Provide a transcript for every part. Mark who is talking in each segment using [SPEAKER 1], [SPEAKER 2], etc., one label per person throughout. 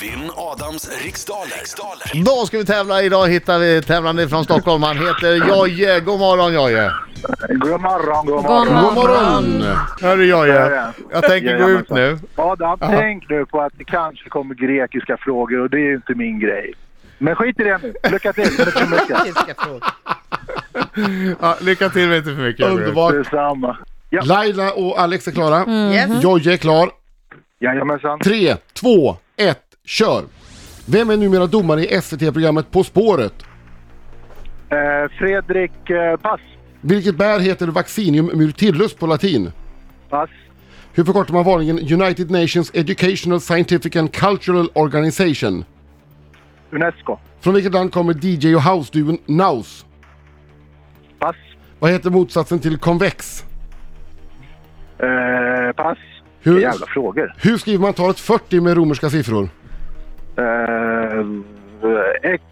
[SPEAKER 1] Vinn Adams riksdaler. riksdaler.
[SPEAKER 2] Då ska vi tävla. Idag hittar vi tävlande från Stockholm. Han heter Jojje. God morgon Jojje.
[SPEAKER 3] God morgon, god
[SPEAKER 4] God
[SPEAKER 3] morgon.
[SPEAKER 2] God morgon! Hörru Jojje, jag tänker gå ut
[SPEAKER 3] Jajamensan.
[SPEAKER 2] nu.
[SPEAKER 3] Adam, tänk nu på att det kanske kommer grekiska frågor och det är ju inte min grej. Men skit i det nu. Lycka till. Det är för mycket.
[SPEAKER 2] Ja, lycka till men inte för mycket. Jojje.
[SPEAKER 5] Underbart.
[SPEAKER 3] Detsamma. Ja,
[SPEAKER 5] Laila och Alex är klara.
[SPEAKER 2] Mm.
[SPEAKER 4] Yes.
[SPEAKER 5] Jojje är klar.
[SPEAKER 3] jajamensan.
[SPEAKER 5] 3, 2, 1, kör! Vem är numera domare i SVT-programmet På spåret?
[SPEAKER 3] Eh, Fredrik, eh, pass.
[SPEAKER 5] Vilket bär heter Vaccinium myrtillus på latin?
[SPEAKER 3] Pass.
[SPEAKER 5] Hur förkortar man varningen United Nations Educational Scientific and Cultural Organization?
[SPEAKER 3] Unesco.
[SPEAKER 5] Från vilket land kommer DJ och house-duon Naus?
[SPEAKER 3] Pass.
[SPEAKER 5] Vad heter motsatsen till konvex?
[SPEAKER 3] Eh, pass.
[SPEAKER 5] Hur-
[SPEAKER 3] Jävla frågor.
[SPEAKER 5] Hur skriver man talet 40 med romerska siffror?
[SPEAKER 3] Eh, X,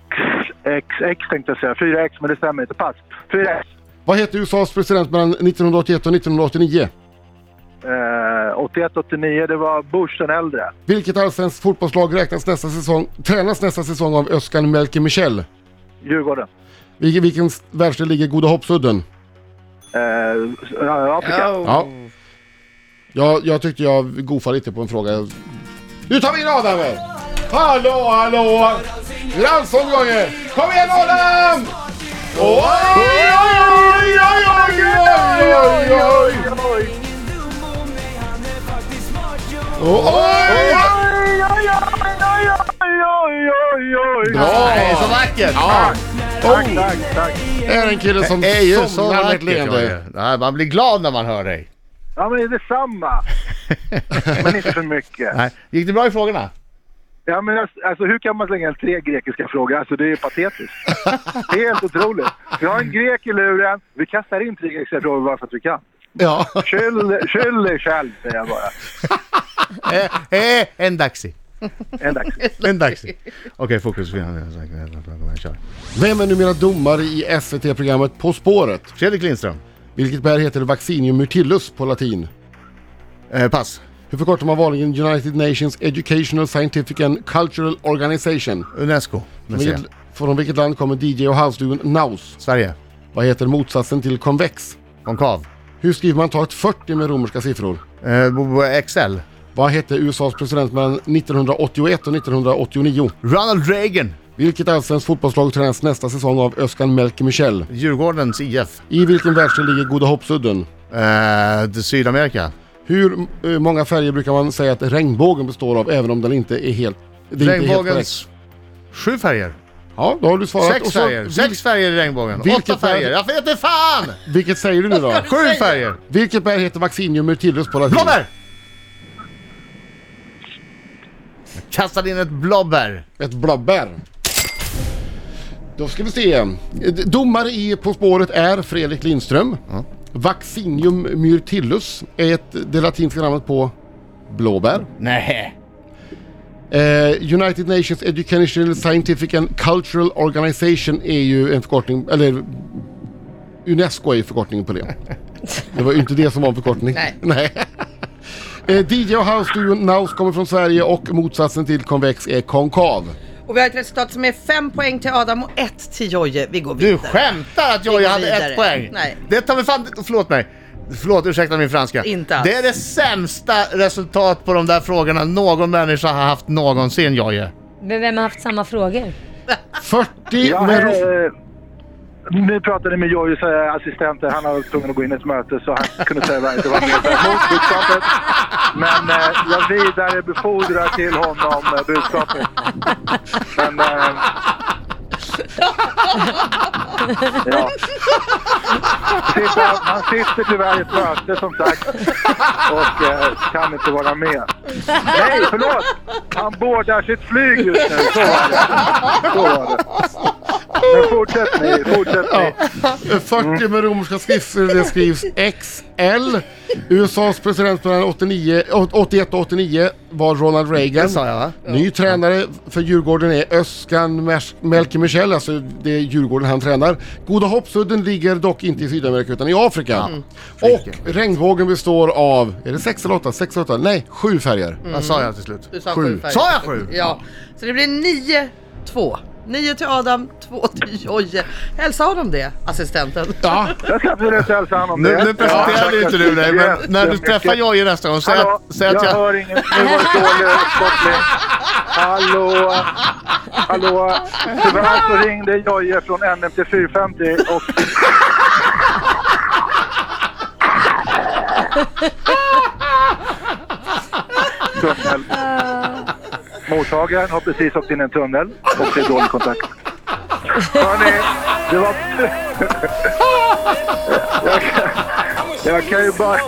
[SPEAKER 3] X, X tänkte jag säga. 4X, men det stämmer inte. Pass. 4X.
[SPEAKER 5] Vad hette USAs president mellan 1981 och 1989?
[SPEAKER 3] Eh, 81-89, det var Bush den äldre.
[SPEAKER 5] Vilket allsvenskt fotbollslag räknas nästa säsong, tränas nästa säsong av Özcan Melke Michel?
[SPEAKER 3] Djurgården.
[SPEAKER 5] Vilken, vilken världsdel ligger Goda Hoppsudden?
[SPEAKER 3] Eh, Afrika.
[SPEAKER 5] Ja. Jag, jag tyckte jag goofade lite på en fråga. Nu tar vi in Adam! här. Hallå, hallå! Ranson gånger! Kom igen Adam! Oj, oj, oj, oj, oj, oj, oj! Oj, oj! Bra!
[SPEAKER 2] Nej, så vackert!
[SPEAKER 3] Tack, tack, tack.
[SPEAKER 5] Är en kille som
[SPEAKER 2] Det är ju så
[SPEAKER 5] somnar med ett
[SPEAKER 2] vackert
[SPEAKER 5] leende.
[SPEAKER 2] Jojje. Nej, Man blir glad när man hör dig.
[SPEAKER 3] Ja, men det är detsamma. Men inte för mycket.
[SPEAKER 2] Nej. Gick det bra i frågorna?
[SPEAKER 3] Ja, men alltså, alltså, hur kan man slänga in tre grekiska frågor? Alltså, det är ju patetiskt. Det är helt otroligt. Vi har en grek i luren. Vi kastar in tre grekiska frågor bara för att vi kan.
[SPEAKER 5] Ja.
[SPEAKER 3] Skyll, skyll dig själv, säger jag bara.
[SPEAKER 2] Eh, eh, en daxi.
[SPEAKER 3] En dags.
[SPEAKER 2] En daxi. Okej, fokus. Kör.
[SPEAKER 5] Vem är numera domare i SVT-programmet På spåret?
[SPEAKER 2] Fredrik Lindström.
[SPEAKER 5] Vilket bär heter Vaccinium myrtillus på latin?
[SPEAKER 2] Eh, pass.
[SPEAKER 5] Hur förkortar man vanligen United Nations Educational Scientific and Cultural Organization?
[SPEAKER 2] Unesco.
[SPEAKER 5] Från
[SPEAKER 2] museum.
[SPEAKER 5] vilket, från vilket land kommer DJ och houseduon Naus?
[SPEAKER 2] Sverige.
[SPEAKER 5] Vad heter motsatsen till konvex?
[SPEAKER 2] Konkav.
[SPEAKER 5] Hur skriver man talet 40 med romerska siffror?
[SPEAKER 2] Eh, bo- bo- XL.
[SPEAKER 5] Vad hette USAs president mellan 1981 och 1989?
[SPEAKER 2] Ronald Reagan.
[SPEAKER 5] Vilket allsvenskt fotbollslag tränas nästa säsong av Özcan Melke Michel?
[SPEAKER 2] Djurgårdens IF.
[SPEAKER 5] I vilken världsdel ligger Goda Hoppsudden?
[SPEAKER 2] Eh, det- Sydamerika.
[SPEAKER 5] Hur eh, många färger brukar man säga att regnbågen består av även om den inte är helt... Det är Inte helt korrekt?
[SPEAKER 2] Regnbågens... Sju färger.
[SPEAKER 5] ja, då har du svarat.
[SPEAKER 2] Sex
[SPEAKER 5] Och så-
[SPEAKER 2] färger. Sex färger i regnbågen.
[SPEAKER 5] vilket
[SPEAKER 2] Åtta färger.
[SPEAKER 5] är-
[SPEAKER 2] Jag vet inte fan!
[SPEAKER 5] Vilket säger du nu då?
[SPEAKER 2] Sju färger.
[SPEAKER 5] Vilket bär heter Vaccinium myrtillus på latin?
[SPEAKER 2] Blåbär! Jag kastade in ett blåbär.
[SPEAKER 5] Ett blåbär. Då ska vi se. D- Domare i På spåret är Fredrik Lindström. Vaccinium myrtillus är ett, det latinska namnet på blåbär.
[SPEAKER 2] Nej.
[SPEAKER 5] Eh, United Nations Educational Scientific and Cultural Organization är ju en förkortning, eller UNESCO är ju förkortningen på det. Det var ju inte det som var en förkortning.
[SPEAKER 4] Nej.
[SPEAKER 5] Eh, DJ och house-duon Naus kommer från Sverige och motsatsen till konvex är konkav.
[SPEAKER 4] Och vi har ett resultat som är fem poäng till Adam och ett till Jojje. Vi går
[SPEAKER 2] Du
[SPEAKER 4] vidare.
[SPEAKER 2] skämtar att jag,
[SPEAKER 4] Vi går
[SPEAKER 2] hade
[SPEAKER 4] vidare.
[SPEAKER 2] ett poäng?
[SPEAKER 4] Nej.
[SPEAKER 2] Det tar vi fan... Förlåt mig. Förlåt, ursäkta min franska.
[SPEAKER 4] Inte alls.
[SPEAKER 2] Det är det sämsta resultat på de där frågorna någon människa har haft någonsin, Jojje.
[SPEAKER 6] Men vem har haft samma frågor?
[SPEAKER 5] 40
[SPEAKER 3] Ja,
[SPEAKER 5] med ro-
[SPEAKER 3] eh, nu pratade jag med Jojjes eh, assistent. Han var tvungen att gå in i ett möte så han kunde tyvärr inte vara med och ta emot budskapet. Men eh, jag vidarebefordrar till honom eh, budskapet. Men, eh, ja. Sitter- Han sitter tyvärr i ett möte som sagt och eh, kan inte vara med. Nej, förlåt! Han boardar sitt flyg just nu. Så var det. Så var det. Men fortsätt ni, fortsätt ni.
[SPEAKER 5] 40 med romerska skrifter, det skrivs XL. USAs president mellan 89, 81 och 89 var Ronald Reagan.
[SPEAKER 2] Det sa jag va?
[SPEAKER 5] Ny tränare för Djurgården är Öskan Mers- Melker Michel, alltså det är Djurgården han tränar. Goda hoppsudden ligger dock inte i Sydamerika utan i Afrika. Och regnbågen består av, är det sex eller åtta? Sex eller åtta? Nej, sju färger.
[SPEAKER 2] Vad sa jag till slut?
[SPEAKER 4] Mm. Du sa
[SPEAKER 5] Sju.
[SPEAKER 4] sju. färger.
[SPEAKER 2] Sa jag sju?
[SPEAKER 4] Ja. Så det blir 9-2. 9 till Adam, 2 till Jojje. Hälsa honom det, assistenten.
[SPEAKER 5] Ja,
[SPEAKER 3] Jag ska absolut hälsa honom
[SPEAKER 2] Nu,
[SPEAKER 3] det.
[SPEAKER 2] nu presenterar
[SPEAKER 3] Ja,
[SPEAKER 2] inte du dig, men
[SPEAKER 3] tack så
[SPEAKER 2] när du
[SPEAKER 3] mycket.
[SPEAKER 2] träffar Jojje nästa gång, säg
[SPEAKER 3] Hallå,
[SPEAKER 2] att, säg att
[SPEAKER 3] jag
[SPEAKER 2] jag...
[SPEAKER 3] hör ingen. Nu var det dålig koppling. Hallå, hallå. Tyvärr så ringde Jojje från NMT 450 och... Tunnel. Mottagaren har precis åkt in i en tunnel och det är dålig kontakt. Hörni, det var... jag, kan, jag kan ju bara...